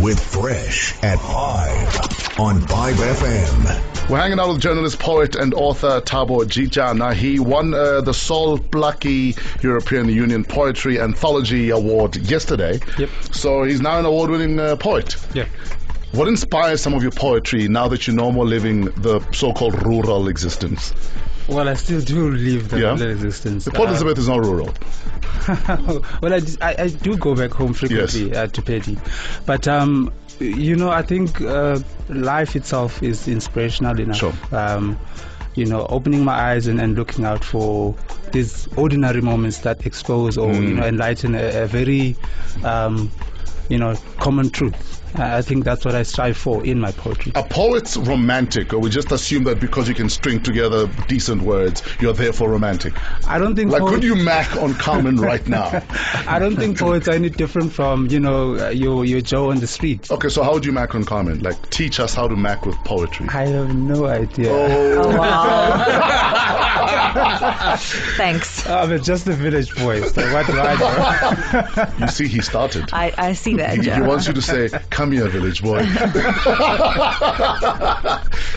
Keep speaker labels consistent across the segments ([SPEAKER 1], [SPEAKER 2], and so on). [SPEAKER 1] with Fresh at 5 on 5FM.
[SPEAKER 2] We're hanging out with journalist, poet, and author Tabo Jija. Now, he won uh, the Sol Blackie European Union Poetry Anthology Award yesterday.
[SPEAKER 3] Yep.
[SPEAKER 2] So he's now an award winning uh, poet.
[SPEAKER 3] Yeah.
[SPEAKER 2] What inspires some of your poetry now that you're no more living the so called rural existence?
[SPEAKER 3] Well, I still do live the
[SPEAKER 2] Yeah.
[SPEAKER 3] rural existence.
[SPEAKER 2] The Port Elizabeth is not rural.
[SPEAKER 3] Uh, well, I, d- I- I do go back home frequently uh, to Petty. But, um, you know, I think uh, life itself is inspirational enough.
[SPEAKER 2] Sure.
[SPEAKER 3] Um, you know, opening my eyes and, and looking out for these ordinary moments that expose or,
[SPEAKER 2] Hmm.
[SPEAKER 3] you know, enlighten a, a very, um, you know, common truth. I I think that's what I strive for in my poetry.
[SPEAKER 2] Are poets romantic, or we just assume that because you can string together decent words, you're therefore romantic?
[SPEAKER 3] I don't think
[SPEAKER 2] Like,
[SPEAKER 3] poet-
[SPEAKER 2] could you mac on Carmen right now?
[SPEAKER 3] I don't think poets are any different from you know uh, your your Joe on the street.
[SPEAKER 2] Okay, so how would you mac on Carmen? Like, teach us how to mac with poetry.
[SPEAKER 3] I have no idea.
[SPEAKER 2] Oh,
[SPEAKER 4] Wow. Thanks.
[SPEAKER 3] I'm just a village boy. So what do I know?
[SPEAKER 2] you see, he started.
[SPEAKER 4] I, I see that,
[SPEAKER 2] He, he
[SPEAKER 4] Joe.
[SPEAKER 2] wants you to say, "Come here, village boy.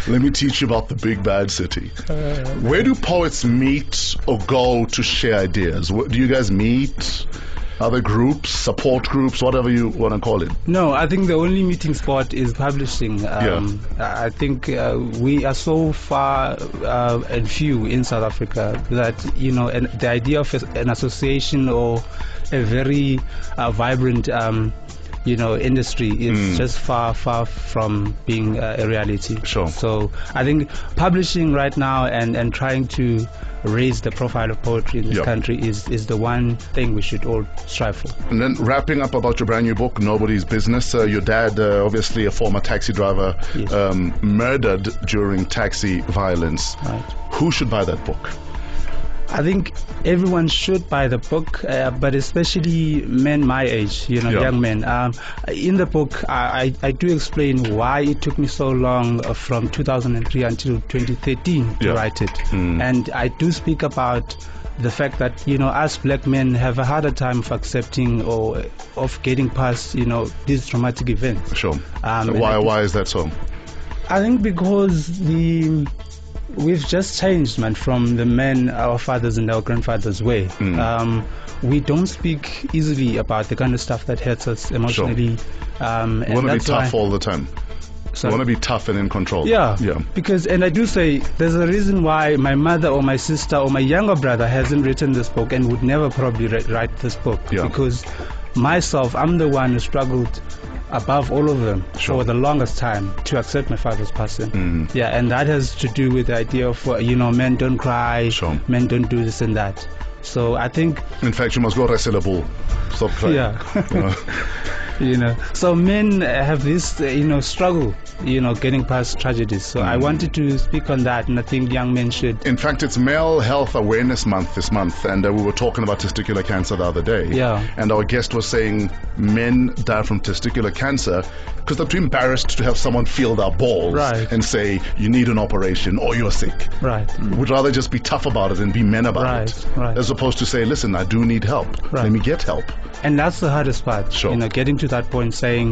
[SPEAKER 2] Let me teach you about the big bad city." Where do poets meet or go to share ideas? Where, do you guys meet? Other groups, support groups, whatever you want to call it.
[SPEAKER 3] No, I think the only meeting spot is publishing. Um, I I think uh, we are so far uh, and few in South Africa that you know, and the idea of an association or a very uh, vibrant. Um, you know, industry is
[SPEAKER 2] Hmm.
[SPEAKER 3] just far, far from being uh, a reality.
[SPEAKER 2] Sure.
[SPEAKER 3] So I think publishing right now and, and trying to raise the profile of poetry in this
[SPEAKER 2] Yeah.
[SPEAKER 3] country is, is the one thing we should all strive for.
[SPEAKER 2] And then wrapping up about your brand new book, Nobody's Business. Uh, your dad, uh, obviously a former taxi driver,
[SPEAKER 3] Yes.
[SPEAKER 2] um, murdered during taxi violence.
[SPEAKER 3] Right.
[SPEAKER 2] Who should buy that book?
[SPEAKER 3] I think everyone should buy the book, uh, but especially men my age, you know,
[SPEAKER 2] Yeah.
[SPEAKER 3] young men. Um, in the book, I, I, I do explain why it took me so long uh, from 2003 until 2013
[SPEAKER 2] Yeah. Hmm.
[SPEAKER 3] to write it. And I do speak about the fact that, you know, us black men have a harder time of accepting or of getting past, you know, these traumatic events.
[SPEAKER 2] Sure.
[SPEAKER 3] Um, and
[SPEAKER 2] why?
[SPEAKER 3] I-
[SPEAKER 2] Why is that so?
[SPEAKER 3] I think because the we've just changed, man, from the men our fathers and our grandfathers were.
[SPEAKER 2] Hmm.
[SPEAKER 3] Um, we don't speak easily about the kind of stuff that hurts us emotionally. Um,
[SPEAKER 2] You want to be
[SPEAKER 3] that's why-
[SPEAKER 2] tough all the time.
[SPEAKER 3] Sorry.
[SPEAKER 2] You want to be tough and in control.
[SPEAKER 3] Yeah,
[SPEAKER 2] Yeah.
[SPEAKER 3] Because, and I do say, there's a reason why my mother or my sister or my younger brother hasn't written this book and would never probably ri- write this book.
[SPEAKER 2] Yeah.
[SPEAKER 3] Because myself, I'm the one who struggled above all of them
[SPEAKER 2] Sure. Mm.
[SPEAKER 3] for the longest time to accept my father's passing. Yeah, and that has to do with the idea of, uh, you know, men don't cry,
[SPEAKER 2] Sure.
[SPEAKER 3] men don't do this and that. So I think,
[SPEAKER 2] In fact, you must go wrestle a bull. Stop crying.
[SPEAKER 3] yeah.
[SPEAKER 2] You know?
[SPEAKER 3] you know so men uh, have this uh, you know struggle you know getting past tragedies so
[SPEAKER 2] Mm.
[SPEAKER 3] i wanted to speak on that and i think young men should
[SPEAKER 2] In fact, it's Male Health Awareness Month this month, and uh, we were talking about testicular cancer the other day.
[SPEAKER 3] Yeah.
[SPEAKER 2] And our guest was saying men die from testicular cancer because they're too embarrassed to have someone feel their balls
[SPEAKER 3] Right.
[SPEAKER 2] and say, you need an operation or you're sick.
[SPEAKER 3] right
[SPEAKER 2] Would rather just be tough about it and be men about it.
[SPEAKER 3] Hmm. Right, right.
[SPEAKER 2] As opposed to say, listen, I do need help.
[SPEAKER 3] Right.
[SPEAKER 2] Let me get help.
[SPEAKER 3] and that's the hardest part
[SPEAKER 2] Sure.
[SPEAKER 3] you know getting to that point saying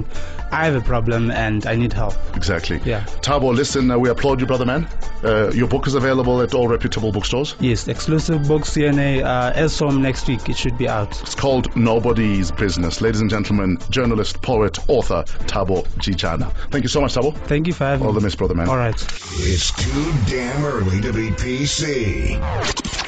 [SPEAKER 3] i have a problem and i need help
[SPEAKER 2] Exactly.
[SPEAKER 3] Yeah.
[SPEAKER 2] Tabo, listen, uh, we applaud you, brother man. Uh, your book is available at all reputable bookstores.
[SPEAKER 3] yes exclusive book cna uh, as from next week it should be out
[SPEAKER 2] It's called Nobody's Business. Ladies and gentlemen, journalist, poet, author, Tabo Gichana. Thank you so much, Tabo.
[SPEAKER 3] thank you for having
[SPEAKER 2] All
[SPEAKER 3] me
[SPEAKER 2] the best, brother man.
[SPEAKER 3] all right
[SPEAKER 1] It's too damn early to be PC.